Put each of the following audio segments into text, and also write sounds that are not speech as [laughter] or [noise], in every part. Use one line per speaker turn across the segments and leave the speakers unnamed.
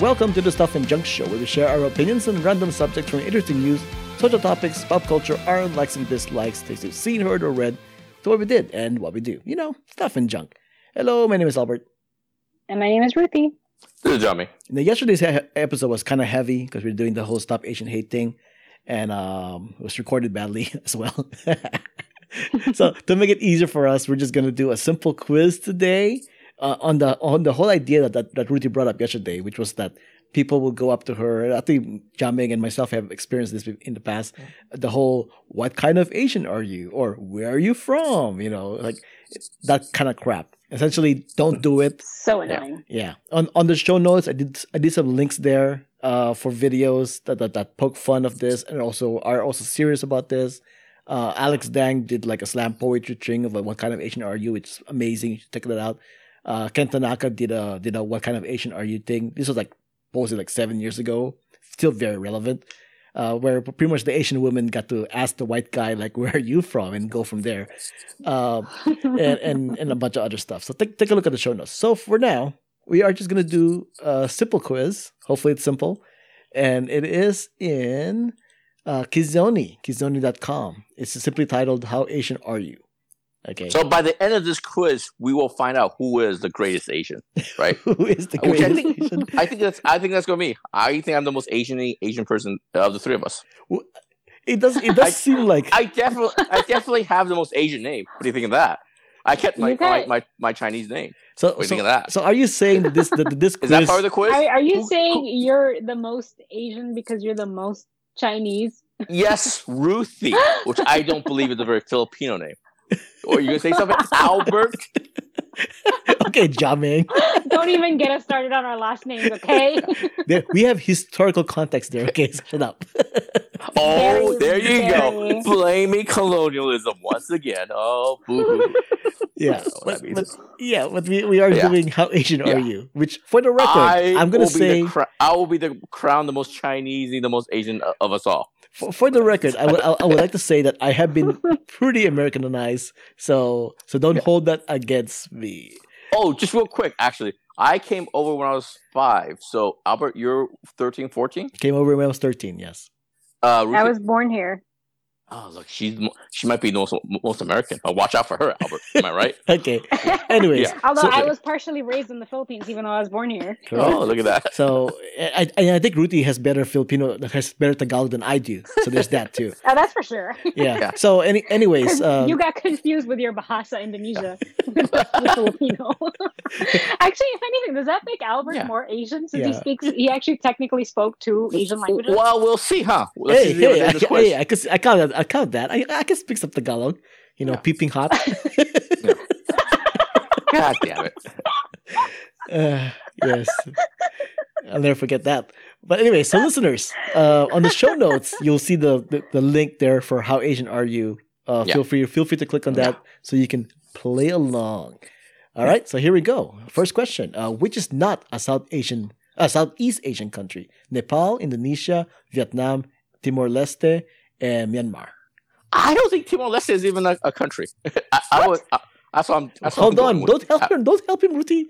Welcome to the Stuff and Junk Show, where we share our opinions on random subjects from interesting news, social topics, pop culture, our likes and dislikes, things we've seen, heard, or read, to what we did and what we do. You know, stuff and junk. Hello, my name is Albert.
And my name is Ruthie.
This is Johnny.
Now, yesterday's he- episode was kind of heavy because we are doing the whole Stop Asian Hate thing, and um, it was recorded badly [laughs] as well. so, to make it easier for us, we're just going to do a simple quiz today uh, on the on the whole idea that, that that Ruthie brought up yesterday, which was that people will go up to her. I think Jaming and myself have experienced this in the past. The whole "What kind of Asian are you?" or "Where are you from?" You know, like that kind of crap. Essentially, don't do it.
So annoying.
Yeah. On on the show notes, I did I did some links there uh, for videos that, that that poke fun of this and also are also serious about this. Uh, Alex Dang did like a slam poetry thing of like, what kind of Asian are you? It's amazing. You should check that out. Uh, Ken Tanaka did a did a what kind of Asian are you thing. This was like posted like seven years ago. Still very relevant. Uh, where pretty much the Asian woman got to ask the white guy like, "Where are you from?" and go from there. Um,
[laughs]
and, and and a bunch of other stuff. So take take a look at the show notes. So for now, we are just gonna do a simple quiz. Hopefully it's simple, and it is in uh, Kizoni Kizoni.com. It's simply titled "How Asian Are You." Okay,
So by the end of this quiz, we will find out who is the greatest Asian, right?
[laughs] who is the
Which I
greatest
think-
Asian?
I think that's I think that's gonna be. me. I think I'm the most Asian Asian person of the three of us.
It does it does
I-
seem like
I definitely I definitely have the most Asian name. What do you think of that? I kept my
You got
my,
it.
my, my Chinese name.
so.
What do you
so,
think of that?
so are you saying that this that this
[laughs] Is
quiz?
that part of the quiz?
Are, are you
Who-
saying you're the most Asian because you're the most Chinese?
yes, Ruthie, which I don't believe is a very Filipino name. Or you gonna say
[laughs]
something? Albert?
[laughs] okay, Jaming.
Don't even get us started on our last
[laughs]
names, okay?
There, we have historical context there. Okay, so shut up. [laughs]
Oh,
Very,
there you
very.
go. Blaming colonialism once again. Oh, boo hoo.
Yeah,
know what
but,
that means.
but- yeah, but we, we are
Yeah.
doing how Asian are
Yeah.
you? Which, for the record,
I
I'm gonna
will be
say
the cra- I will be the crown the most Chinese, the most Asian o- of us all.
for, for the record, I would I, I would like to say that I have
[laughs]
been pretty Americanized. So so don't hold that against me.
Oh, just real quick, actually, I came over when I was five. So Albert, you're 13, 14?
Came over when I was 13. Yes,
Uh, Ruthie-
I was born here.
oh, look, she's mo- she might be the most most American, but watch out for her, Albert. Am I
[laughs]
right?
okay. Anyways,
Yeah.
[laughs] Although
so,
I
[laughs]
was partially raised in the Philippines, even though I was born here.
correct.
Oh, look at that.
So I, I I think Ruti has better Filipino has better Tagalog than I do. So there's that
[laughs]
too.
Oh, that's for sure.
Yeah.
Yeah.
So any anyways, um,
[laughs] you got confused with your Bahasa
[laughs]
Indonesia, [laughs] with Filipino. [laughs] actually, if anything, does that make Albert
Yeah.
more Asian since he
Yeah.
speaks? He actually technically spoke two Asian languages.
Well, we'll see, huh? Let's
hey [laughs] hey
see what the
I,
end of this
ca-
quiz.
hey I can I count that I count that I I can speak some Tagalog. You know,
Yeah.
peeping
[laughs]
hot.
God damn it!
Uh, yes. I'll never forget that. But anyway, so listeners, uh, on the show notes, you'll see the, the, the link there for how Asian are you. Uh,
Yeah.
Feel free feel free to click on that so you can play along. All right, so here we go. First question: uh, Which is not a South Asian, a Southeast Asian country? Nepal, Indonesia, Vietnam, Timor Leste, and Myanmar.
I don't think Timor Leste is even a, a country. [laughs] I, I was. I, that's what I'm. That's what
Hold
I'm going
on,
with.
don't help him, don't help him, Ruti.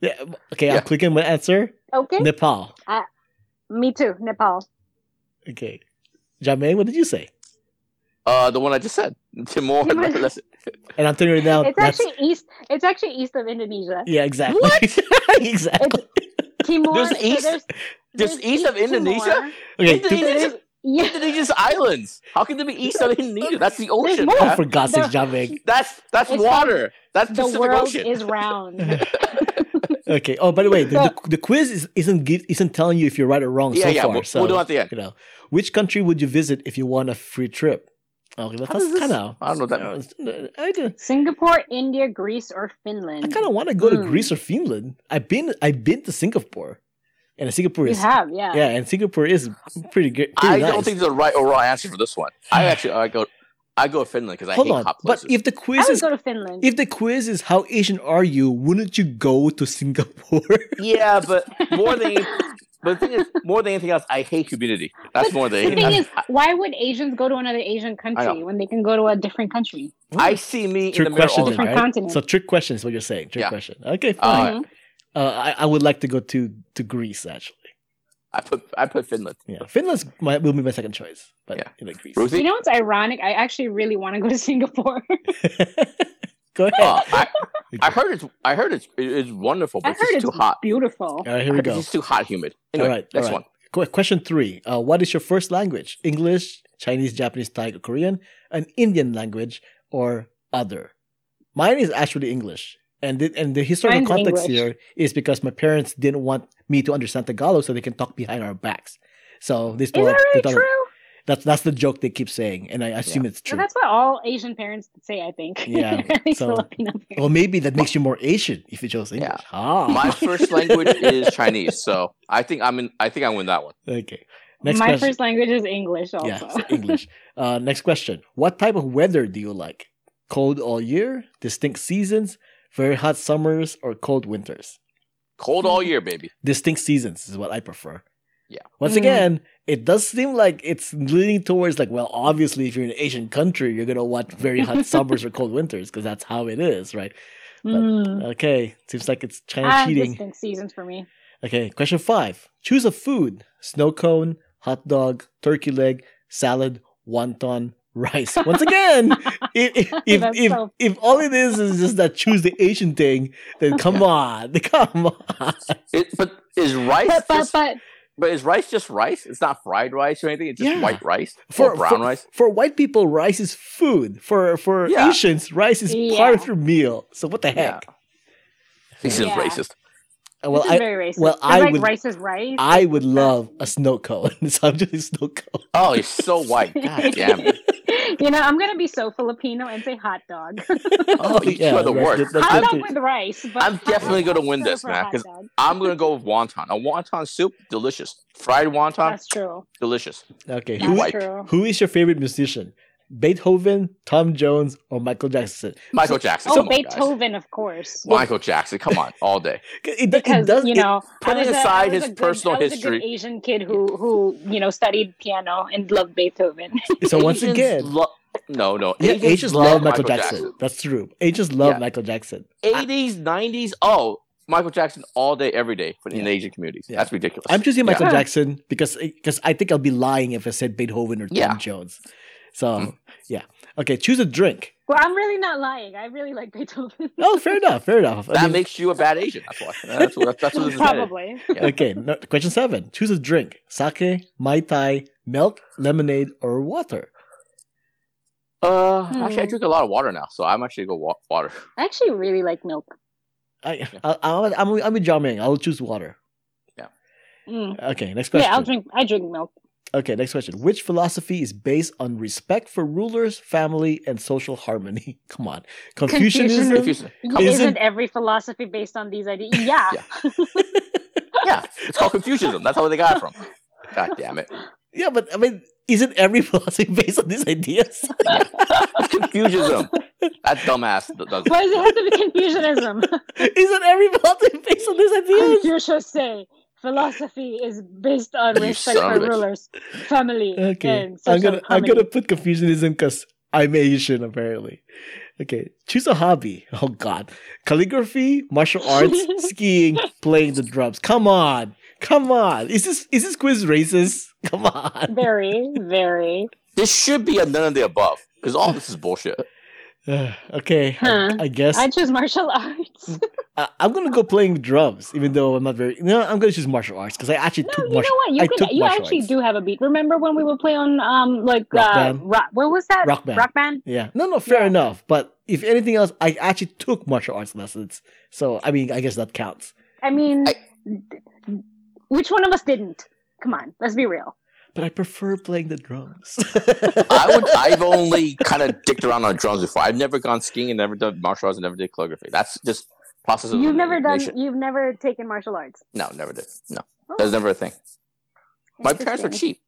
Yeah, okay,
Uh, Yeah.
I'm clicking my answer.
Okay,
Nepal.
me too. Nepal.
Okay, Jamie, what did you say?
Uh, the one I just said. Timor
Timor-
Leste.
And I'm telling you now,
It's
Oh, that's
actually east. It's actually east of Indonesia.
yeah, exactly. [laughs] exactly.
Timor.
There's
so
east-
there's,
there's east of Indonesia?
Okay,
Isn't
dude,
it-
There's, yeah,
Indonesia's islands. How can there be east of Indonesia? That's the ocean.
more.
[laughs] oh,
man.
for God's sake,
The-
Jameg.
That's that's
It's
water. That's
the
Pacific
world
Ocean.
is round.
Okay. Oh, by the way, the, the, the quiz is, isn't give, isn't telling you if you're right or wrong
yeah,
Oh, so
yeah.
far.
we'll,
so
we'll do it at the end.
you know, which country would you visit if you won a free trip? Okay, that's,
How does
that's
this-
kind of.
I don't know what that
uh,
means.
I, do-
Singapore, India, Greece, or
I
Finland.
kind of want to go to
Hmm.
Greece or Finland. I've been I've been to Singapore, and Singapore
you
is
have, yeah.
yeah, and Singapore is pretty good.
I
nice. Hmm.
don't think there's a right or wrong answer for this one. I actually I go I go to Finland because I
Hold
hate
on,
hot
but
places.
if the
I
quiz
would
is
go to Finland.
if the quiz is how Asian are you, wouldn't you go to
[laughs]
Singapore?
yeah, but more than any- but the thing is, more than anything else, I hate humidity. That's more than
the
anything.
thing
I,
is, why would Asians go to another Asian country
know.
when they can go to a different country?
I see me in
trick
the mirror
question,
all the
then,
time.
Different
right?
continent.
So trick question is what you're saying. Trick
Yeah.
Mhm.
question. Okay,
Uh,
fine. Uh, I, I would like to go to to Greece actually.
I put I put Finland.
Yeah, Finland's my, will be my second choice, but
Yeah.
you know, Greece.
Ruthie.
You know what's ironic? I actually really want to go to [laughs] Singapore.
[laughs] Go ahead.
Oh, I, I heard it's I heard it's it's wonderful, but
I
it's
heard
just
it's
too hot.
beautiful.
All right, here we go.
It's just too hot, humid. Anyway,
All right,
next
all right.
one.
Qu- Question three: uh, What is your first language? English, Chinese, Japanese, Thai, or Korean? An Indian language or other? Mine is actually English, and the, and the historical
Mine's
context
English.
here is because my parents didn't want me to understand Tagalog, so they can talk behind our backs. So this
Is that really true?
that's that's the joke they keep saying, and I assume it's
Well,
true.
that's [laughs] what all Asian parents say, I think.
Yeah,
[laughs] At least
so-
Filipino parents.
Well, maybe that makes you more Asian if you chose English. Ah,
[laughs] My first language is Chinese, so I think I'm in. I think I win that one.
[laughs] okay. Next
My
question.
first language is English also.
yeah, so English. Uh, next question. What type of weather do you like? Cold all year, distinct seasons, very hot summers, or cold winters?
Cold all year, baby.
Distinct seasons is what I prefer.
Yeah.
Once
Mm.
again, it does seem like it's leaning towards like, well, obviously, if you're in an Asian country, you're gonna want very hot summers or cold winters because that's how it is, right?
Mm.
Okay, seems like it's China
Ah,
cheating.
distinct seasons for me.
Okay, question five. Choose a food: snow cone, hot dog, turkey leg, salad, wonton,
[laughs]
rice. Once again, if if if,
That's
if,
so-
if all it is is just that choose the Asian thing, then
[laughs]
come on, [laughs] come on.
It, but is rice?
But, but,
just,
but
but is rice just rice? It's not fried rice or anything. It's just
Yeah.
white rice
For
[laughs] or brown
for,
rice.
for white people, rice is food. For for
Yeah.
Asians, rice is part of
Yeah.
your meal. So what the
Yeah.
heck?
This is
Yeah.
racist.
Uh, Well,
this is
I
very racist.
well,
They're
I
like
would-
rice is rice.
I would love a snow cone. [laughs] so I'm choosing snow cone.
Oh, he's so
[laughs]
white. God damn it.
[laughs] you know, I'm gonna be so Filipino and say hot dog.
[laughs]
Oh, you two are the
that's-
worst.
that's
hot dog
tempting.
with rice. But
I'm definitely gonna win
also
this,
for
man,
hot
'cause
dog.
I'm gonna go with wonton. A wonton soup, delicious. Fried wonton,
That's true.
delicious.
Okay,
You
That's
wipe.
true. Oh,
Who is your favorite musician? Beethoven, Tom Jones, or Michael Jackson?
Michael Jackson.
Oh,
come on, guys.
Beethoven, of course.
Michael Jackson. Come on, all day.
It, it
because
does-
you
it-
know, I
putting
was a- I was
aside
a
his
good-
personal
I was a
history-
good Asian kid who who you know studied piano and loved Beethoven. [laughs]
so [laughs] once
Asians
again,
lo- no, no.
yeah, Asians, love Michael Jackson. That's true. Asians love
Yeah.
Michael Jackson.
Eighties, nineties. Oh, Michael Jackson all day, every day for
Yeah.
in Asian communities.
Yeah.
That's ridiculous.
I'm choosing
Yeah.
Michael
Yeah.
Jackson because because I think I'll be lying if I said Beethoven or Tom
Yeah.
Jones. So
Mm.
yeah, okay. Choose a drink.
well, I'm really not lying. I really like Beethoven. [laughs]
Oh, fair enough. Fair enough. I
That
mean,
makes you a bad Asian. That's
[laughs]
why. That's what. That's what this is headed.
Probably.
yeah.
okay. no- question seven. Choose a drink: sake, mai tai, milk, lemonade, or water.
Uh,
Hmm.
actually, I drink a lot of water now, so I'm actually gonna go wa- water.
I actually really like milk.
I, I, I, I'm, I'm with Jia Ming. I'll choose water.
Mm.
Okay, next question.
Yeah, I'll drink. I drink milk.
Okay, next question. Which philosophy is based on respect for rulers, family, and social harmony? [laughs] Come on. Confucianism?
If you, come on.
Is-
Isn't, every philosophy based on these ideas? Yeah.
Yeah. yeah, it's called Confucianism. That's how they got it from. God damn it!
Yeah, but I mean, isn't every [laughs] philosophy based on these ideas? [laughs]
It's Confucianism. That dumbass d- does.
Why does it have to be [laughs] Confucianism?
isn't every philosophy based on these ideas?
Confucius say philosophy is based on
You
respect
son
for
of a bitch.
rulers, family,
Okay.
and social
I'm gonna I'm
harmony.
gonna put Confucianism because I'm Asian apparently. Okay. Choose a hobby. [laughs] Oh god. Calligraphy,
[laughs]
martial arts, skiing, playing the drums. Come on. Come on. Is this is this quiz racist? [laughs] Come on. [sighs]
Very, very.
This should be a none of the above because all this is bullshit.
Uh, okay,
Huh.
I, I guess
I
I,
choose
[laughs]
martial arts.
I'm gonna go playing drums, even though I'm not very. No, I'm gonna choose martial arts because I actually
No,
took
you know
martial
what? You
I
can.
took
You
martial
actually
arts.
do have a beat. Remember when we would play on um like
Rock
uh
band.
rock, what was that?
Rock band.
Rock band.
Yeah, no, no, fair
Yeah.
enough. But if anything else, I actually took martial arts lessons, so I mean, I guess that counts.
I mean,
I-
which one of us didn't? Come on, let's be real.
But I prefer playing the
[laughs]
drums.
I would. I've only kind of dicked around on drums before. I've never gone skiing and never done martial arts and never did calligraphy. That's just process of
You've never done.
elimination.
You've never taken martial arts.
No, never did. No,
Oh,
that was never a thing. My parents were
interesting.
cheap.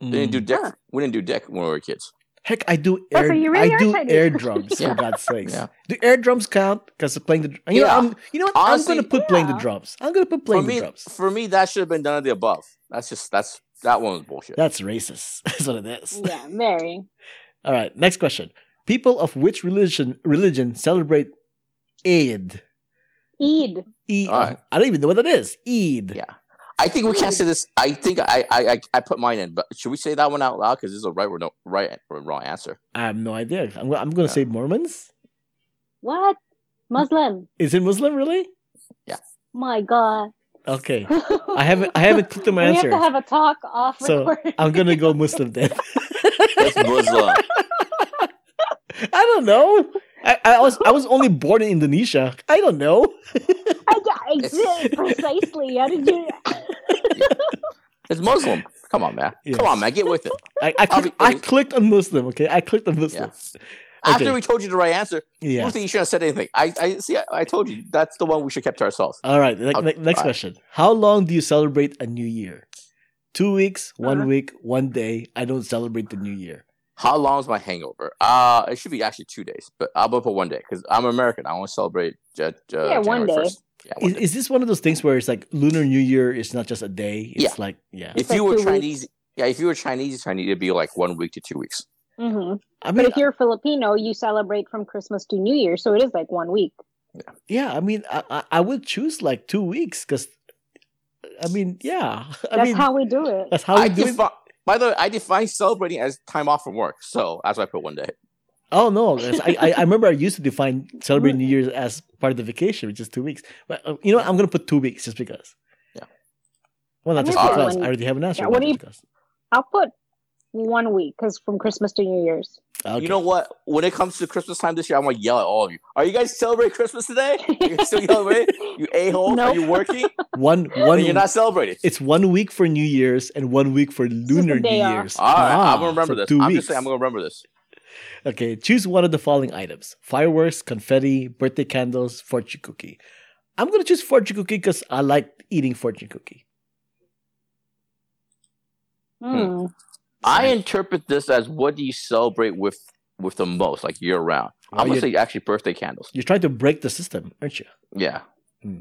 They didn't do dick.
Huh.
We didn't do dick when we were kids.
Mm. Heck, I do
Yeah, so
air.
you really
I
are
do
Chinese.
air drums for
[laughs] Yeah.
God's sakes.
Yeah.
Do air drums count? Because playing the. You know,
Yeah.
I'm. You know what?
Honestly-
I'm gonna put playing the
Yeah.
drums. I'm gonna put
For
playing the
me,
drums.
for me, that should have been none of the above. That's just that's that one was bullshit.
That's racist. [laughs] That's what it is.
Yeah, very.
All right, next question. People of which religion religion celebrate Eid?
Eid.
Eid.
All right.
I don't even know what that is. Eid.
Yeah. I think we
[laughs]
can't say this. I think I I I, I put mine in, but should we say that one out loud? Because this is a right or no right or wrong answer.
I have no idea. I'm, go- I'm going to say
Yeah.
Mormons.
What? Muslim.
Is it Muslim really?
My God.
Okay, I haven't I haven't clicked on my
[laughs] We have
answer.
to have a talk off
So,
recording.
I'm going to go Muslim then.
[laughs]
[laughs]
It's Muslim.
I don't know. I, I was I was only born in Indonesia. I don't know.
[laughs] I, I did precisely. How did [laughs] you?
It's Muslim. Come on, man.
Yes.
Come on, man. Get with it.
I I, clicked, I clicked on Muslim. Okay, I clicked on Muslim.
After we told you the right answer,
Yeah.
I don't think you should have said anything. I, I see. I, I told you that's the one we should kept to ourselves.
All right. ne-
I'll
ne- next
try.
question. How long do you celebrate a new year? Two weeks, one
Uh-huh.
week, one day. I don't celebrate the new year.
How long is my hangover? Uh, it should be actually two days, but I'll go for one day because I'm American. I want to celebrate. Uh,
Yeah, one day.
1st. Yeah, one
Is,
day.
is this one of those things where it's like Lunar New Year is not just a day? It's
Yeah.
like, yeah.
If
Like
you were
two weeks.
Chinese, yeah, if you were Chinese, Chinese, it'd be like one week to two weeks.
Mhm.
I
But
mean,
if you're Filipino, you celebrate from Christmas to New Year, so it is like one week.
yeah, I mean, I, I- I would choose like two weeks because, I mean, yeah. [laughs] I
That's
mean,
how we
[laughs]
do it.
that's how we
I
do it.
defi- by the way, I define celebrating as time off from work, so that's why I put one day.
Oh no! that's- I, I I remember I used to define celebrating New Year's as part of the vacation, which is two weeks. But uh, you know, what? I'm gonna put two weeks just because.
Yeah.
Well, not
I'm
just
gonna put
because
one-
I already have an answer.
Yeah,
but
what do you-
because.
I'll put one week because from Christmas to New Year's.
Ah, Okay.
You know what? When it comes to Christmas time this year, I'm gonna yell at all of you. Are you guys celebrating Christmas
[laughs]
today? You guys still celebrate? You a hole?
No.
Are you working?
one
Then
one.
you're not celebrating.
It's one week for New Year's and one week for
is
Lunar
a
New
day off.
Year's.
All right,
Ah,
I'm gonna remember
so
this.
Two
I'm
weeks.
just saying, I'm gonna remember this.
Okay, choose one of the following items: fireworks, confetti, birthday candles, fortune cookie. I'm gonna choose fortune cookie because I like eating fortune cookie.
Hmm.
I interpret this as what do you celebrate with with the most, like year round.
Well,
I'm gonna
you-
say actually birthday candles.
You're trying to break the system, aren't you?
Yeah,
Hmm.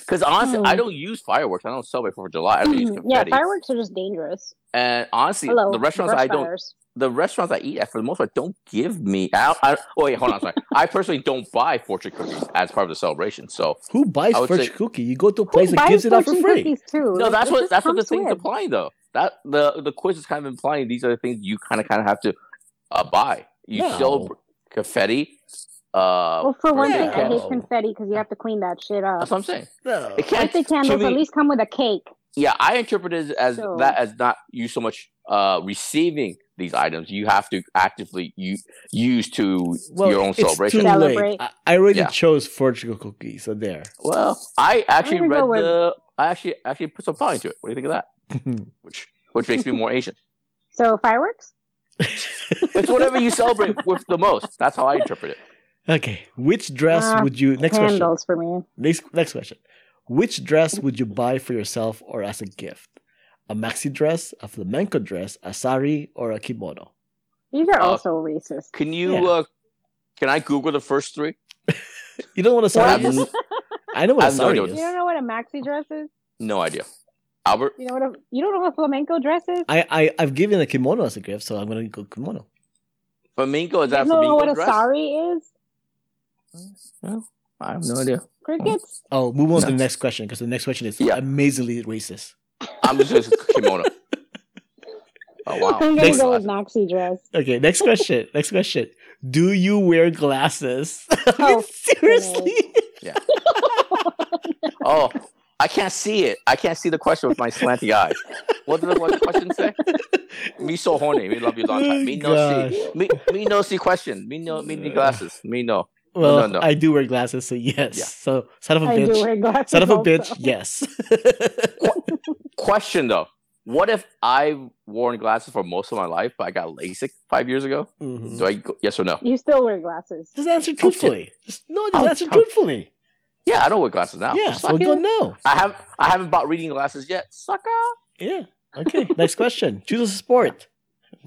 because honestly,
Hmm.
I don't use fireworks. I don't celebrate Fourth of July. I don't use
yeah,
confetti.
fireworks are just dangerous.
And honestly,
Hello,
the restaurants
brush
I don't,
fires.
the restaurants I eat at for the most part don't give me. I, I, oh wait, hold
[laughs]
on, sorry. I personally don't buy fortune cookies as part of the celebration. So
Who buys
I would
fortune
say-
cookie? You go to a
Who
place that
buys
gives it out for
fortune
free.
cookies Too?
no,
Like,
that's
it
what
just
that's what the
comes
thing's
with.
implying though. That the the quiz is kind of implying these are the things you kind of kind of have to uh, buy. You
No.
celebrate confetti. Uh,
Well, for one
birthday
thing, I
candles.
hate confetti because you have to clean that shit up.
That's what I'm saying.
No.
It can't.
Birthday candles
me-
at least come with a cake.
Yeah, I interpret it as
So-
that as not you so much uh receiving these items. You have to actively you use to
Well,
your own
it's
celebration.
too late.
Celebrate.
I, I already
Yeah.
chose fortune cookie, so there.
Well, I actually
gonna
read
go with-
the. I actually actually put some thought into it. What do you think of that? [laughs] Which which makes me more Asian.
So fireworks.
It's whatever you celebrate with the most. That's how I interpret it.
okay, which dress
Ah,
would you? Next question.
candles for me.
Next, next question. Which dress would you buy for yourself or as a gift? A maxi dress, a flamenco dress, a sari, or a kimono?
These are
Oh.
also racist.
Can you?
Yeah.
uh Can I Google the first three?
You don't want a
I
sari?
have
is? I know what
I
a
have no
sari
idea what
You
is.
don't know what a maxi dress is?
no idea. Albert,
You know what a you don't know what flamenco dress is?
I, I I've given a kimono as a gift, so I'm gonna go kimono.
flamingo is
You
that
don't know what
flamingo
a
dress?
sari is?
No, I have no idea.
Crickets.
Oh, move on to
No.
the next question because the next question is
Yeah.
amazingly racist.
I'm just going [laughs] kimono. Oh wow!
I'm gonna
Next-
go with maxi dress.
[laughs] Okay, next
[laughs]
question. next question. Do you wear glasses? [laughs] I mean,
Oh,
seriously?
Oh, I can't see it. I can't see the question with my slanty eyes. What did the what did the
[laughs]
question say? Me so horny. Me love you long time. Me no see. Me, me no see question. Me no me the glasses. Me no.
Well,
no, no.
I do wear glasses, so yes.
Yeah.
So son of a
I do
bitch.
wear glasses.
Son of a
also.
bitch, yes. [laughs]
Question though. What if I worn glasses for most of my life, but I got LASIK five years ago?
Mhm.
Do I go, yes or no?
You still wear glasses.
Just answer truthfully. Just, no, just
I'll-
answer
I'll-
truthfully.
Yeah, I don't wear glasses now.
yeah, so
Sucker.
we don't know.
I have I haven't bought reading glasses yet. Sucker.
Yeah. Okay. Next
[laughs]
question. Choose a sport.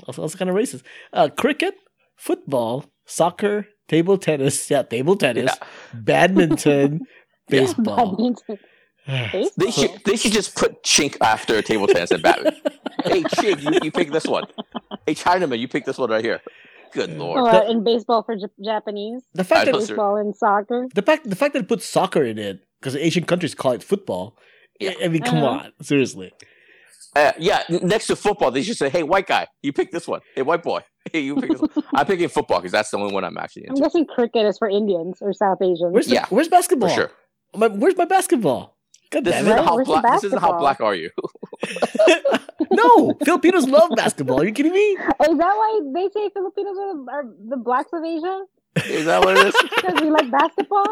Also, also kind of racist. Uh, cricket, football, soccer, table tennis. Yeah, table tennis.
Yeah. [laughs]
Badminton,
[laughs]
baseball.
Badminton.
They
Baseball.
[laughs] should they should just put chink after table tennis
[laughs]
and badminton. hey Chig, you, you pick this one. Hey Chinaman, you pick this one right here. Good lord.
Or in baseball for J- Japanese.
[sighs] the fact
I
that
was-
Baseball and soccer.
the fact the fact that it puts soccer in it because Asian countries call it football
Yeah.
I mean, come
Uh-huh.
on, seriously.
Uh, yeah, n- next to football, they should say, "Hey, white guy, you pick this one. Hey, white boy, [laughs] hey, you pick this one." I'm picking football because that's the only one I'm actually
I'm
into
guessing cricket is for Indians or South Asians.
Where's the,
Yeah.
where's basketball?
for sure.
My, where's my basketball? God
This
damn
isn't
it.
Right?
how
Where's the
black. This isn't
basketball?
how black are you? [laughs]
no, Filipinos love basketball. Are you kidding
[laughs]
me?
[laughs] is that why they say Filipinos are the, are the blacks of Asia?
Is that what it is?
Because we like
[laughs]
basketball?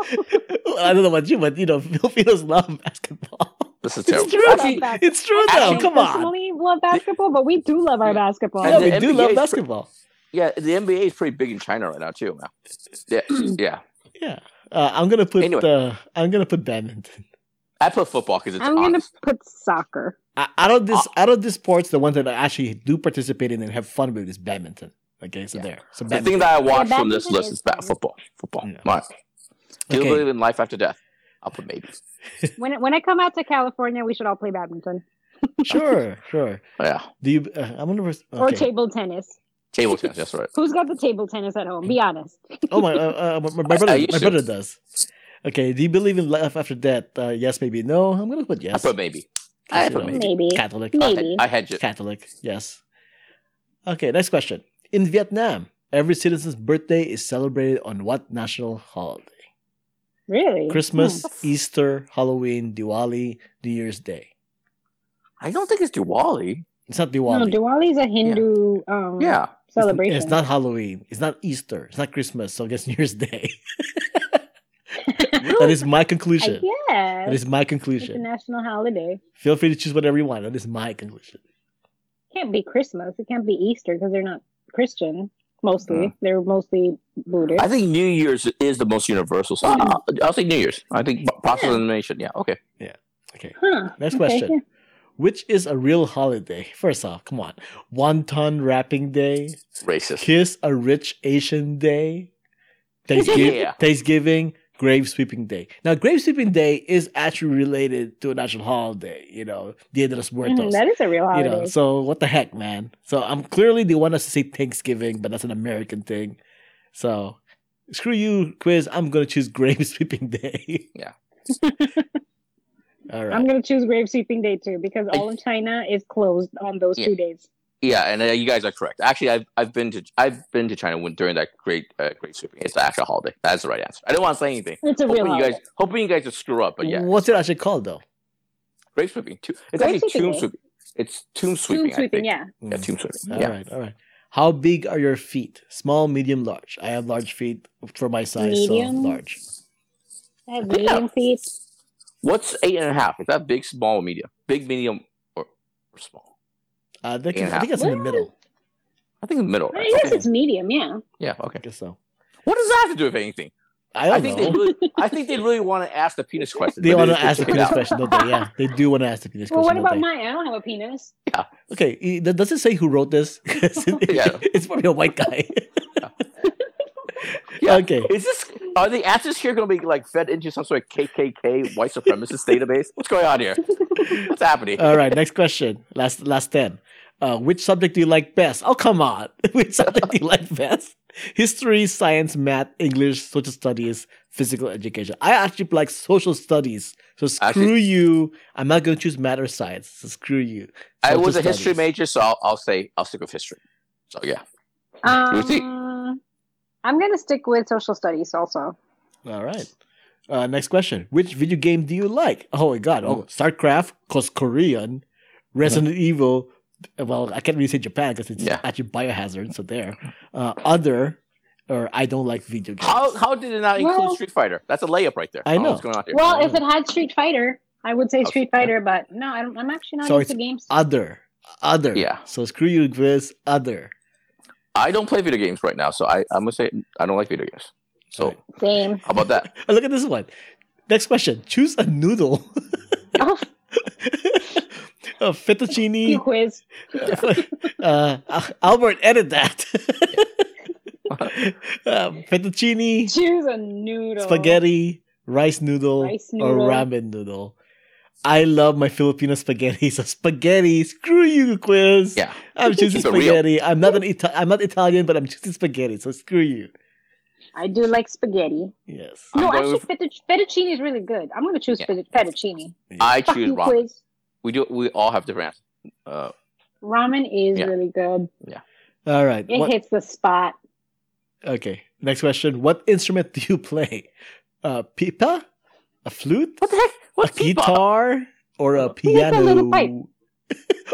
I don't know about you, but you know, [laughs] Filipinos love basketball.
This is
It's
terrible.
true.
Actually,
It's true though.
Actually-
Come on.
personally love basketball, but we do love our basketball.
Yeah,
And
we
the
do
NBA
love
is-
basketball.
yeah, the NBA is pretty big in China right now too. Man. Yeah, yeah.
Yeah. Uh, I'm gonna put
Anyway.
uh, I'm gonna put badminton.
I put football because it's
I'm going to
honest.
put
[laughs]
soccer.
I, out of this
Uh,
out of this sports, the one that I actually do participate in and have fun with is badminton. Okay, so
Yeah.
there. So
the
badminton.
thing that I watch from this
badminton
list
is
is about
fun.
football. Football.
Yeah.
All right. Do
Okay.
you believe in life after death? I'll put maybe.
When, when I come out to California, we should all play badminton
sure, sure.
Oh, Yeah.
Do you? Uh, I'm gonna. Res-
or
okay.
table tennis.
Table tennis. That's right.
Who's got the table tennis at home? Be honest.
Oh my! Uh, uh, my, my
I
brother. My
used to.
brother does. Okay. Do you believe in life after death? Uh, yes, maybe no. I'm gonna put
I
yes.
put maybe.
Yes,
I
you
put
know,
maybe.
Maybe.
Catholic.
I-
Maybe.
I hedge it.
Catholic. Yes. Okay. Next question. In Vietnam, every citizen's birthday is celebrated on what national holiday?
Really? Hmm.
Christmas, Easter, Halloween, Diwali, New Year's Day.
I don't think it's Diwali.
It's not
Hmm.
Diwali.
No, Diwali is a Hindu um,
Yeah.
It's-
celebration.
It's not [laughs] Halloween. It's not Easter. It's not Christmas. So I guess New Year's
[laughs]
Day. [laughs] that is my conclusion.
yeah.
That is my
It's a
conclusion.
national holiday.
Feel free to choose whatever you want. That is my conclusion.
can't be Christmas. It can't be Easter because they're not Christian. Mostly, they're mostly Buddhist.
I think New Year's is the most universal. So I- I'll, I'll say New Year's. I think process of elimination. Yeah. Okay.
Okay.
huh.
Next
Okay,
question.
yeah.
Which is a real holiday? First off, come on. Wonton Wrapping Day, [laughs]
Racist.
Kiss a Rich Asian Day,
[laughs]
Thanksgiving,
Yeah.
Thanksgiving Grave Sweeping Day. Now, Grave Sweeping Day is actually related to a national holiday, you know, Dia de los
Mhm,
Muertos.
that is a real
you
holiday.
know, so what the heck, man? So I'm clearly they want us to say Thanksgiving, but that's an American thing. So screw you, quiz. I'm gonna choose Grave [laughs] Sweeping Day.
Yeah.
All
I'm
right.
gonna choose Grave Sweeping Day too because
[laughs]
all of China is closed on those
Yeah.
two days.
Yeah, and uh, you guys are correct. Actually, I've I've been to I've been to China when, during that great uh, great sweeping. It's the actual holiday. That's the right answer. I didn't want to say anything.
It's a real
Hoping you
holiday.
guys hoping you guys would screw up, but yeah,
What's it actually called though?
grave sweeping. Too, it's
Grave
actually
sweeping
tomb
day.
sweeping. It's tomb sweeping.
Tomb
I
sweeping,
think.
yeah.
Yeah, tomb sweeping.
All
yeah.
right, all right. How big are your feet? Small, medium, large. I have large feet for my size, so
Medium.
large.
I have medium feet.
What's eight and a half? Is that big, small, or medium? Big, medium, or, or small?
Uh, I think,
Yeah.
I think it's in the
Well-
middle.
I think in the middle.
I
Right?
guess
Okay.
it's medium, yeah.
Yeah.
I
Okay.
guess so.
What does that have to do with anything?
I
I,
don't
think
know.
they really, I think they really want to ask the penis question.
They
but
want to
just
ask the
took it
penis
out.
question, don't they? Yeah, they do want to ask the penis
Well,
question.
what
don't
about
they?
mine? I don't have a penis.
Okay, i- that doesn't say who wrote this.
[laughs] Yeah.
It's probably a white guy.
Yeah.
[laughs] Okay.
Is this are the answers here going to be like fed into some sort of KKK white supremacist database? What's going on here? What's [laughs] happening?
All right, next question. Last last 10. Uh, which subject do you like best? Oh, come on. [laughs] Which subject do you like best? History, science, math, English, social studies, physical education. I actually like social studies. So screw
Actually-
you. I'm not going to choose math or science. So screw you.
I
Social
was a history
studies.
major, so I'll, I'll say I'll stick with history. So yeah, Lucy?
Um, I'm gonna stick with social studies also.
All right. Uh, next question. Which video game do you like? Oh my god. Oh, StarCraft, cause Korean, Resident Evil. Well, I can't really say Japan because it's
Yeah.
actually Biohazard. So there. Uh, other, or I don't like video games.
how how did it not include
Well-
Street Fighter? That's a layup right there.
I
don't
know.
What's going on here?
Well, if it had Street Fighter, I would say
Okay.
Street Fighter, but no, I don't, I'm actually not
So
into
it's
games.
Other. Other.
Yeah.
So screw you, Grizz. Other.
I don't play video games right now, so I I'm gonna say I don't like video games. So
Right.
Same.
how
[laughs]
about that?
Oh, look at this one. Next question. Choose a noodle.
Oh,
[laughs] a fettuccine.
you quiz.
uh, Albert, edit
[laughs]
that. uh, fettuccine.
Choose a noodle.
spaghetti, rice noodle,
Rice
or
noodle.
ramen noodle. I love my Filipino spaghetti. So spaghetti, screw you, quiz.
Yeah.
I'm choosing
Keep it real.
spaghetti. I'm not an Ita- I'm not Italian, but I'm choosing spaghetti. So screw you.
I do like spaghetti.
Yes.
no,
going
actually,
with-
fettuc- fettuccine is really good. I'm gonna choose
Yeah.
fettu- fettuccine.
I
Fuck
choose
you,
ramen.
quiz.
We do. We all have different. answers. Uh,
Ramen is
Yeah.
really good.
All right.
It
What-
hits the spot.
okay. Next question. What instrument do you [laughs] play? A pipa? A flute?
what the heck?
a
What people?
guitar? Or
[laughs]
a
Look at
piano? [laughs]
that little pipe.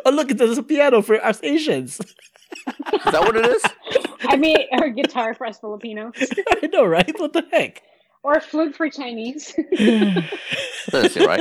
oh, look, there's a piano for us Asians. [laughs]
Is that what it is?
I mean, [laughs] or guitar for us Filipinos,
I know, right? What the heck?
or flute for Chinese. [laughs]
Doesn't seem right.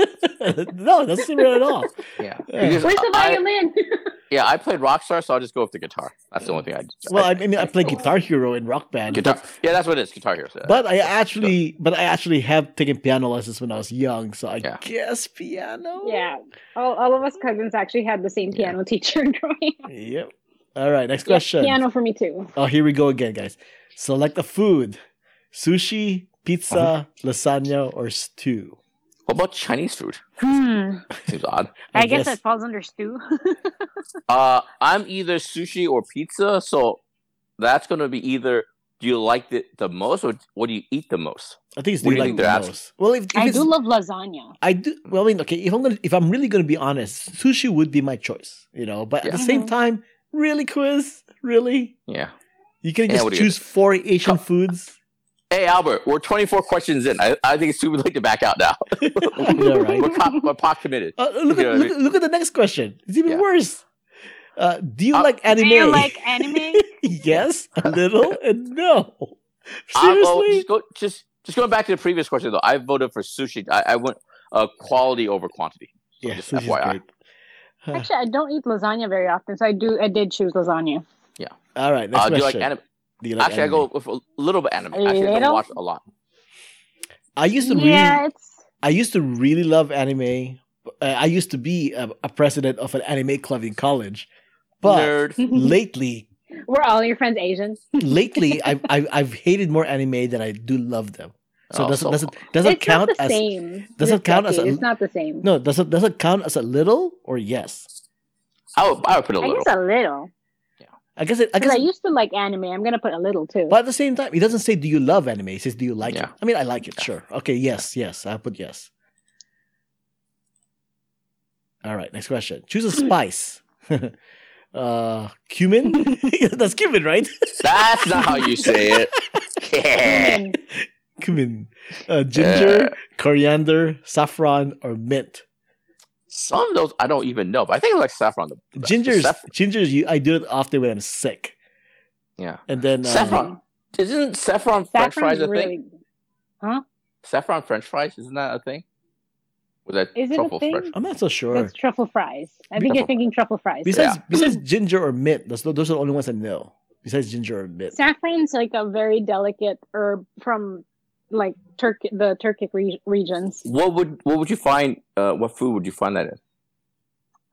no, that's not right at all.
Yeah.
[laughs] Yeah.
Because
Where's the
I-
violin? [laughs]
Yeah, I played Rockstar, so I'll just go with the guitar. That's the only thing I.
Well, I mean, I play
go with.
Guitar Hero in Rock Band.
Guitar. Yeah, that's what it is. Guitar here. So
But I actually, but I actually have taken piano lessons when I was young, so I
Yeah.
guess piano.
yeah, all, all of us cousins actually had the same piano teacher [laughs] growing up.
Yep. All right. Next
Yeah,
question.
piano for me too.
Oh, here we go again, guys. Select a food: sushi,
Uh-huh.
pizza, lasagna, or stew.
what about Chinese food?
Hmm.
Seems odd.
I I guess guess- that
falls under
[laughs]
stew.
Uh, I'm either sushi or pizza, so that's gonna be either. Do you like it the most, or what do you eat the most?
I think it's
What
do
do you
like
think
the
they're asking?
most. Well, if, if
I
it's,
do love lasagna.
I do. Well, I mean, okay. If I'm gonna, if I'm really gonna be honest, sushi would be my choice. You know, but at the
Yeah.
same
Mhm.
time, really, quiz, really,
Yeah.
you can
Yeah,
just
what do you-
choose four Asian foods.
[laughs] Hey Albert, we're 24 questions in. I, I think it's too late to back
[laughs]
out now.
Yeah, right.
We're, co- we're pot committed.
Uh, look,
You
at,
know what I
look, look at the next question. It's even
Yeah.
worse. Uh, do you
Uh,
like anime?
anime?
[laughs] yes, a
[laughs]
little, and no.
I'll go-
Seriously?
just go. Just just going back to the previous question though. I voted for sushi. I, I went uh, quality over quantity.
yeah,
just
sushi's
FYI.
great. Huh.
Actually, I don't eat lasagna very often, so I do. I did choose lasagna.
All right, next
Uh, do you like
question.
anime?
Do you like
Actually, I go
anime?
with a little bit anime.
A
Actually, I don't
little?
watch a lot.
I used to really,
yeah, it's
I used to really love anime. Uh, I used to be a, a president of an anime club in college, but
Nerd.
[laughs] lately,
[laughs] we're all your friends Asians.
lately, I've, I've I've hated more anime than I do love them. So
Oh,
doesn't
so-
doesn't doesn't
it's
count
not the
as
same.
doesn't
It's
count as
okay,
a-
it's not the same.
no doesn't doesn't count as a little or yes.
I would, I would put a
I
little.
guess a little.
I guess it, I
Because
guess
I used to like anime. I'm gonna put a little too.
But at the same time, he doesn't say, "Do you love anime?" He says, "Do you like it?"
Yeah.
I mean, I like it. Sure. Okay. Yes. Yes. I put yes. All right. Next question. Choose
[clears throat]
a spice. [laughs] uh, cumin. [laughs] That's cumin, right? [laughs]
That's not how you say it. Yeah. [laughs]
Mm.
cumin. Uh, ginger, coriander, saffron, or mint.
Some of those I don't even know, but I think I like saffron. the-
Ginger's.
saff-
Ginger's. You, I do it often when I'm sick,
Yeah.
and then uh,
Saffron. Isn't saffron French fries
Saffron's
a
really.
thing? Saffron French fries isn't that a thing? Was that
Is it a
truffle
thing?
French?
I'm not so sure.
That's truffle fries. I think
Truffle-
you're thinking truffle fries.
Besides, besides ginger or mint, those, those are the only ones I know. Besides ginger or mint.
Saffron's like a very delicate herb from like Turk the Turkic re- regions.
What would what would you find? Uh, what food would you find that in?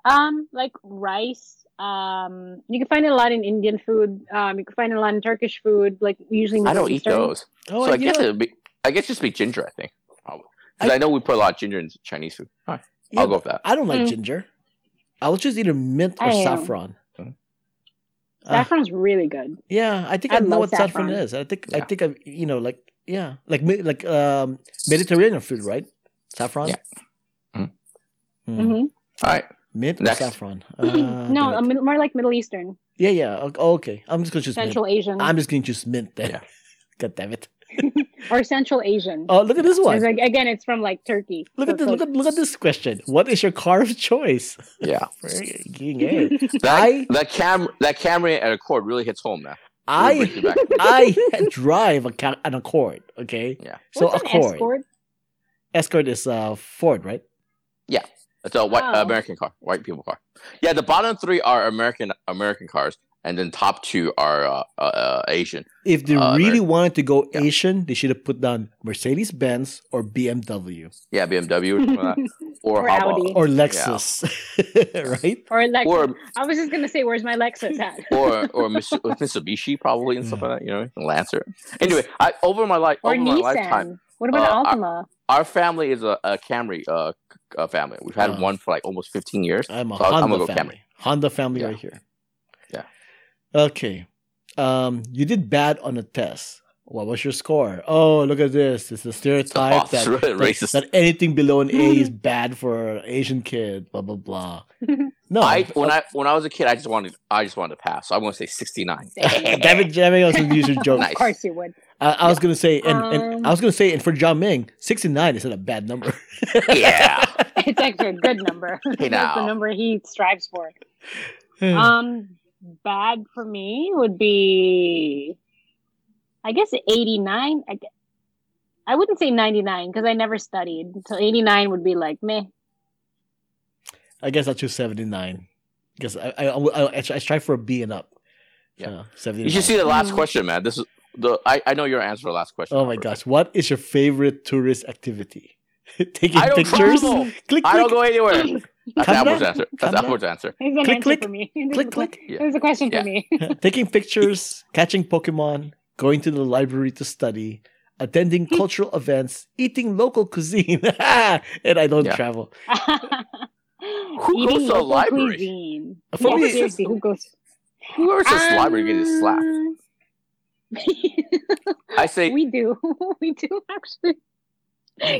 Um, like rice. Um, you can find it a lot in Indian food. Um, you can find it a lot in Turkish food. Like usually,
I don't eat
Middle Eastern.
those,
Oh,
so I
do
guess
not-
it would be. I guess just be ginger. I think. Because I, know we put a lot of ginger in Chinese food. All right,
Yeah,
I'll go with that.
I don't like
Mm.
ginger. I will choose either mint or
I am.
saffron.
Mm.
Uh,
Saffron's really good.
yeah, I think I,
I
know
love
what saffron,
saffron.
is. I think I
Yeah.
think I you know like yeah like me- like um Mediterranean food right? Saffron.
Yeah. Mm.
Hmm.
hmm
All right,
Mint
Next.
or
[laughs]
saffron? Uh,
Mm-hmm. no,
damn
a
it.
mid- more like Middle Eastern,
yeah, yeah. o- oh, okay, I'm just gonna choose
Central
mint.
Asian,
I'm just gonna choose mint then.
Yeah.
[laughs] God damn it!
or Central Asian.
Oh, look at this
It's
one.
like- again, it's from like Turkey.
Look
So
at this.
it's
Look at look at this question. What is your car of [laughs] choice? [laughs]
yeah.
Freaking
[laughs] like-
A.
That,
I-
that camera that camera at a chord really hits home now.
I
Really brings you back.
I drive a ca- an Accord. Okay.
Yeah.
So
What's an
Accord. Escort?
[laughs]
escort?
is uh Ford, right?
It's a white
Oh.
American car, white people car. Yeah, the bottom three are American American cars, and then top two are uh, uh, uh, Asian.
If they
Uh,
really wanted to go
Yeah.
Asian, they should have put down Mercedes Benz or BMW
Yeah, BMW or something like that. or,
Or
how about-
Audi.
or Lexus, [laughs] right?
[laughs] Or Lexus.
or
I was just gonna say, where's my Lexus at?
[laughs] or or Mitsu- Mitsubishi probably and stuff like that. You know, and Lancer. Anyway, I over oh, my life
[laughs] or
over
Nissan.
my lifetime,
What about
Uh, I-
Altima?
our family is a, a Camry uh, c- uh, family. We've had
Uh.
one for like almost fifteen years.
I'm a
So I'm
Honda
gonna go
family. Honda family
Yeah.
right here.
Yeah.
Okay. Um, you did bad on a test. What was your score? Oh, look at this. It's the stereotype
[laughs] Oh,
that,
it's really
that-
racist.
that anything below an A is bad for an Asian kid, blah, blah, blah. No.
I when
oh."
I when I was a kid, I just wanted I just wanted to pass. So I'm gonna say 69.
[laughs] David Jamming, I was going to use your joke.
Nice.
Of course you would.
I, I was going to say, and, and
Um,
I was going to say, and for John Ming, 69 isn't a bad
[laughs]
number.
yeah.
It's actually a good number.
[laughs] Hey,
That's
now.
the number he strives for. Um, bad for me would be, I guess, 89. I, gue- I wouldn't say 99 because I never studied. So 89 would be like meh.
I guess I'll choose 79. Because I, I, I, I, I strive for a B and up. Uh,
Yeah.
So, 79.
You should see the last
Mm.
question, man. This is the I, I know your answer to the last question.
Oh my gosh.
Robert.
What is your favorite tourist activity? [laughs] Taking
I don't
pictures?
travel.
Click, [laughs] click.
I don't go
[laughs]
anywhere. That's
Come
Apple's
back.
answer.
Come
That's
back.
Apple's answer.
There's an
Click,
answer
click.
for me. [laughs] There's
click,
a-
click.
There's a question
Yeah.
for
[laughs]
me.
Taking pictures, catching Pokemon, going to the library to study,
[laughs]
attending cultural events, eating local cuisine. [laughs] and I don't
Yeah.
travel.
Who
Eating
goes to a
local
library?
Cuisine.
Uh, For
Yeah,
me-
seriously, who goes?
Whoever's a slobber getting slapped.
Um,
I
[laughs]
say
we do, [laughs] we do actually,
Oh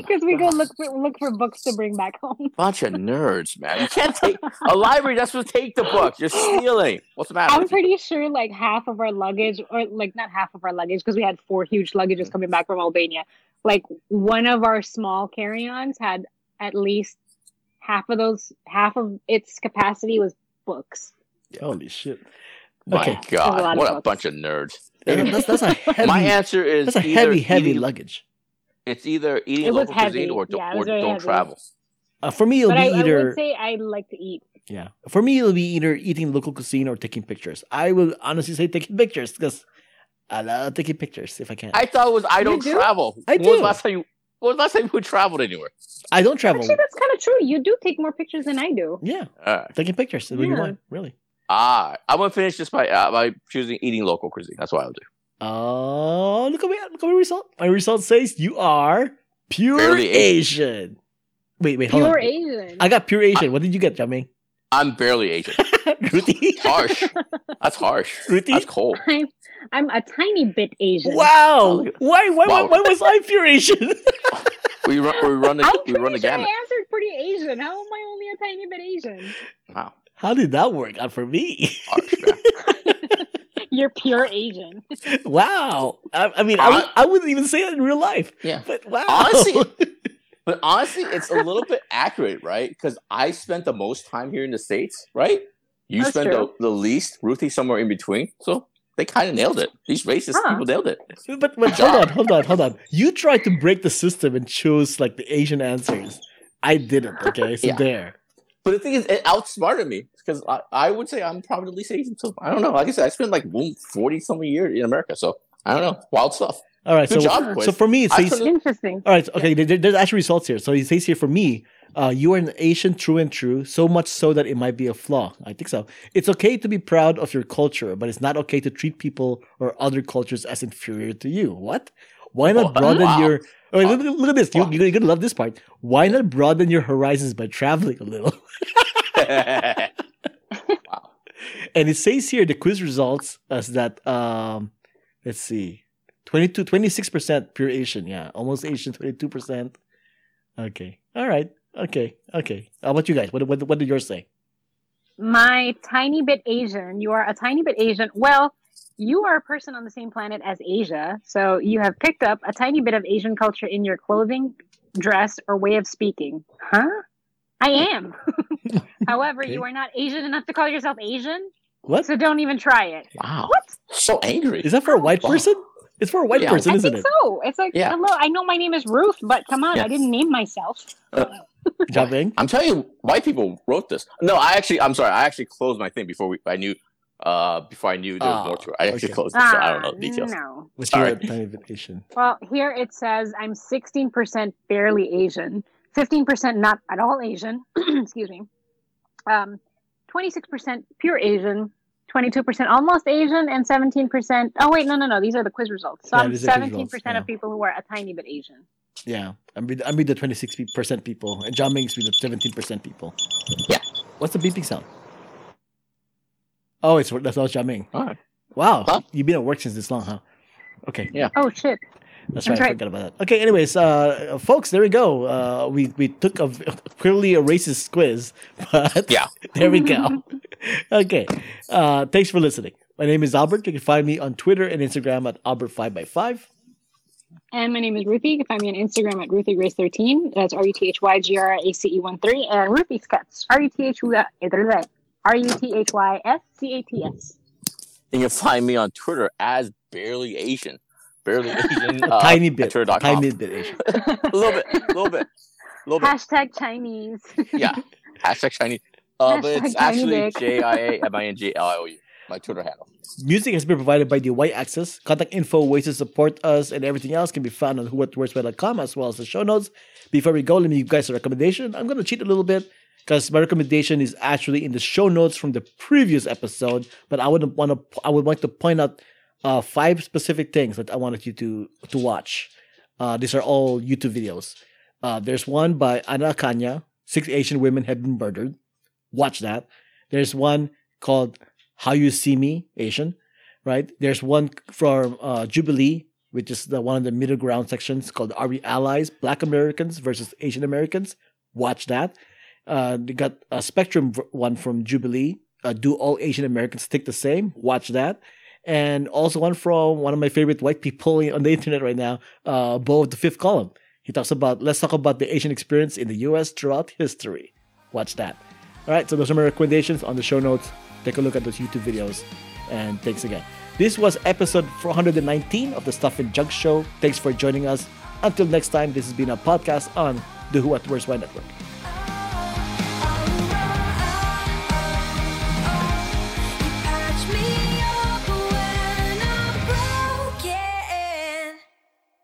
[laughs] because we go look for look for books to bring back home.
bunch of nerds, man. You can't take a library. That's what take the book. You're stealing. What's the matter?
I'm
with you?
pretty sure like half of our luggage, or like not half of our luggage, because we had four huge luggages coming back from Albania. Like one of our small carry-ons had at least half of those, half of its capacity was books.
Holy shit.
My
Okay.
There's a lot
God,
of
what a
books.
bunch of nerds.
That- That's, that's a heavy,
[laughs] My answer is
that's a
either
heavy, heavy
eating-
luggage.
It's either
It
eating
was
local cuisine
heavy.
or, do,
Yeah, it
or
was very
don't
heavy.
travel.
Uh, for me, it'll
But
be
I, I
either
would say I like to eat.
yeah. For me, it'll be either eating local cuisine or taking pictures. I will honestly say taking pictures because I love taking pictures if I can. I,
I thought it was I
You
don't
do?
travel.
I
When was
do.
the last time you? When was the last time you traveled anywhere?
don't travel.
Actually, that's kind of true. You do take more pictures than I do.
yeah,
All right.
taking pictures is what you
Yeah.
want, really.
Ah, I'm gonna finish this by uh, by choosing eating local cuisine. That's what I'll do.
Oh, look at me! Look at my result. My result says you are pure
Barely
Asian. Wait, wait, hold
Pure
on.
Asian.
I got pure Asian. what did you get, [laughs] Jamming?
I'm barely Asian.
Ruthie?
[laughs]
harsh. That's harsh.
Ruthie?
That's cold.
I'm, I'm a tiny bit Asian.
Wow. Why, why, why,
Wow.
why was I pure Asian? [laughs]
We run. We run.
I'm
The, we
pretty
run the
sure I
gamut.
answered pretty Asian. How am I only a tiny bit Asian?
Wow.
How did that work out for me?
Harsh, man.
You're pure Asian.
Wow. I, I mean, I, would,
Hon-
I wouldn't even say that in real life.
Yeah.
But wow.
Honestly- But honestly, it's a little bit accurate, right? Because I spent the most time here in the states, right? You
That's
spent the,
true.
the least. Ruthie somewhere in between. So they kind of nailed it. These racist
Huh.
people nailed it.
[laughs] But, but hold on, hold on, hold on. You tried to break the system and chose like the Asian answers. I didn't. Okay, so
Yeah.
there.
But the thing is, it outsmarted me because I, I would say I'm probably the least Asian. So I don't know. Like I said, I spent like forty some years in America. So I don't know. Wild stuff.
All right.
Good
so,
job, Quiz.
so for me, it
I
says
couldn't-
Interesting.
All right, okay. There, there's actually results here. So it says here for me, uh, you are an Asian true and true, so much so that it might be a flaw. I think so. It's okay to be proud of your culture, but it's not okay to treat people or other cultures as inferior to you. What? Why not
Oh,
broaden
wow.
your? Oh, look, look- look at this. You,
Wow.
you're, gonna- you're gonna love this part. Why not broaden your horizons by traveling a little?
[laughs] wow.
And it says here the quiz results as that. Um, let's see, 22, 26 percent pure Asian. Yeah, almost Asian, twenty two percent. Okay, all right, okay, okay. How about you guys? What what what did yours say?
My tiny bit Asian. You are a tiny bit Asian. Well, you are a person on the same planet as Asia, so you have picked up a tiny bit of Asian culture in your clothing, dress, or way of speaking. Huh? I am. [laughs] However,
Okay.
you are not Asian enough to call yourself Asian,
What
so don't even try it.
Wow.
What?
So angry.
is that for a white
Wow.
person? It's for a white
Yeah.
person,
I
isn't
think
it?
so. It's like,
Yeah.
hello, I know my name is Ruth, but come on,
Yeah.
I didn't name
[laughs]
myself.
Jumping.
I'm telling you, white people wrote this. No, I actually, I'm sorry, I actually closed my thing before we, I knew, uh, before I knew there was
Ah,
more to it. I actually
okay.
closed it, so I don't know the details.
Ah, No.
What's
[laughs] Sorry.
your tiny bit Asian?
Well, here it says I'm 16% barely Asian, 15% not at all Asian, [clears throat] excuse me, um, 26% pure Asian, 22% almost Asian, and 17%. Oh, wait, no, no, no. These are the quiz results. So
Yeah,
I'm
these are quiz
17%
results, yeah.
of people who are a tiny bit Asian.
Yeah, I'm with- I'm with the twenty six percent people, and John Ming's with the seventeen percent people.
Yeah.
What's the beeping sound? Oh, it's that's not John Ming.
All right.
Wow,
Huh?
you've been at work since this long, huh? Okay.
Yeah.
Oh shit.
That's right.
That's
I
right.
forgot about that. Okay. Anyways, uh, folks, there we go. Uh, we we took a [laughs] clearly a racist quiz, [laughs] but
Yeah.
there we go. [laughs] okay. Uh, thanks for listening. My name is Albert. You can find me on Twitter and Instagram at Albert Five by Five.
And my name is Ruthie. You can find me on Instagram at RuthieGrace13. That's R U T H Y G R A C E 1 3. And Ruthie Scats. R U T H Y eh, R U T H Y S C A T S.
You can find me on Twitter as barely Asian.
[laughs]
Barely Asian. uh,
A tiny bit.
Twitter.com.
Tiny bit. Asian.
a little bit. A little bit. A
[laughs]
little bit.
Hashtag Chinese.
Yeah. Hashtag Chinese. Uh, but
Hashtag
it's
tiny
actually
dick.
J I A M I N G L I O U. My Twitter handle.
Music has been provided by the White Axis. Contact info, ways to support us, and everything else can be found on whowhatwordswear.com as well as the show notes. Before we go, let me give you guys a recommendation. I'm going to cheat a little bit because my recommendation is actually in the show notes from the previous episode, but I would want to I would like to point out uh, five specific things that I wanted you to to watch. Uh, these are all YouTube videos. Uh, there's one by Ana Kanya. Six Asian women have been murdered. Watch that. There's one called How You See Me Asian, right? There's one from uh, Jubilee, which is the one of the middle ground sections called Are We Allies? Black Americans versus Asian Americans. Watch that. Uh, they got a Spectrum v- one from Jubilee. Uh, Do all Asian Americans think the same? Watch that. And also one from one of my favorite white people [laughs] on the internet right now, uh, Bo of the Fifth Column. He talks about let's talk about the Asian experience in the U.S. throughout history. Watch that. All right, so those are my recommendations on the show notes. Take a look at those YouTube videos, and thanks again. This was episode 419 of the Stuff and Junk Show. Thanks for joining us. Until next time, this has been a podcast on the Who at Worst Why Network.